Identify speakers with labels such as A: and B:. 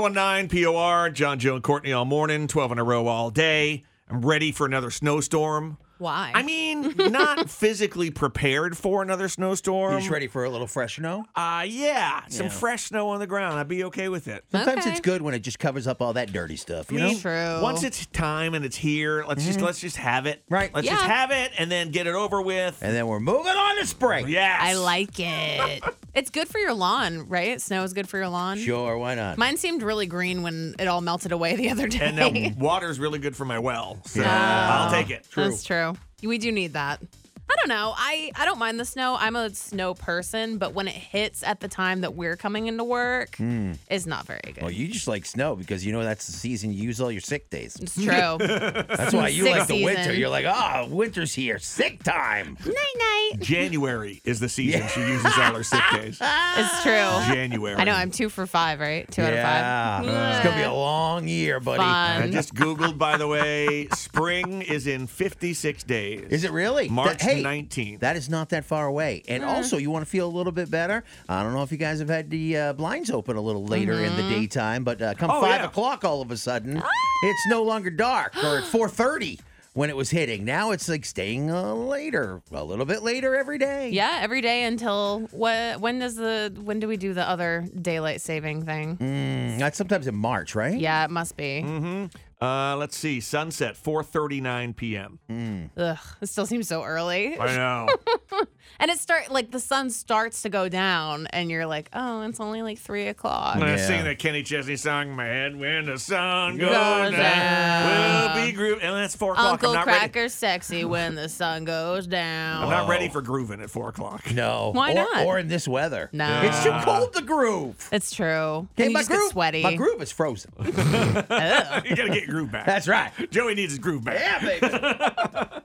A: 1019 POR, John, Joe, and Courtney all morning, 12 in a row all day. I'm ready for another snowstorm.
B: Why?
A: I mean, not physically prepared for another snowstorm.
C: You're just ready for a little fresh snow.
A: Uh, yeah, some
C: Yeah.
A: fresh snow on the ground. I'd be okay with it.
C: Sometimes
B: Okay.
C: it's good when it just covers up all that dirty stuff, you
A: I
C: know?
A: mean,
B: True.
A: Once it's time and it's here, let's just let's just have it.
C: Mm-hmm. Right.
A: Let's just
B: Yeah.
A: have it and then get it over with.
C: And then we're moving on to spring.
A: Yes.
B: I like it. it's good for your lawn, right? Snow is good for your lawn.
C: Sure, why not?
B: Mine seemed really green when it all melted away the other day.
A: And
C: um,
A: that water's really good for my well, so I'll take it.
B: That's true. We do need that. I don't know. I, I don't mind the snow. I'm a snow person, but when it hits at the time that we're coming into work, it's not very good.
C: Hmm. well, you just like snow because you know that's the season you use all your sick days.
B: it's true. night
C: That's why you
B: sick
C: like the winter.
B: season.
C: You're like, oh, winter's here. Sick time.
B: night.
A: January is the season she uses all her sick days.
B: It's true.
A: January.
B: I know. I'm two for five, right? Two
C: Ah. yeah.
B: out of five.
C: It's going to be a long year, buddy.
B: Fun.
A: I just Googled, by the way, spring is in 56 days.
C: Is it really?
A: March
C: That- hey,
A: 19th.
C: That is not that far away. And also, you want to feel a little bit better. I don't know if you guys have had the uh, blinds open a little later in the
B: Mm-hmm.
C: daytime, but uh, come
A: Oh,
C: five
A: yeah.
C: o'clock, all of a sudden,
B: Ah!
C: it's no longer dark. Or at four thirty when it was hitting. Now it's like staying uh, later, a little bit later every day.
B: Yeah, every day until what? When does the when do we do the other daylight saving thing?
C: Mm, that's sometimes in March, right?
B: Yeah, it must be.
A: Uh, let's see. Sunset, 4:39 p.m.
B: Ugh, it still seems so early.
A: I know.
B: And it start like the sun starts to go down, and you're like, oh, it's only like three o'clock.
A: I'm gonna
C: Yeah.
A: sing that Kenny Chesney song in my head when the sun goes, down.
B: Goes down.
A: We'll be grooving. And that's four o'clock.
B: Uncle
A: I'm not ready.
B: Cracker's sexy when the sun goes down.
A: I'm not
C: Wow.
A: ready for grooving at four o'clock.
C: No.
B: Why
C: or,
B: not?
C: Or in this weather.
B: No.
C: It's too cold to groove.
B: It's true.
C: Hey,
B: and you
C: my
B: just
C: groove,
B: get sweaty.
C: My groove is frozen.
A: you gotta get your groove back.
C: That's right.
A: Joey needs his groove back.
C: Yeah, baby.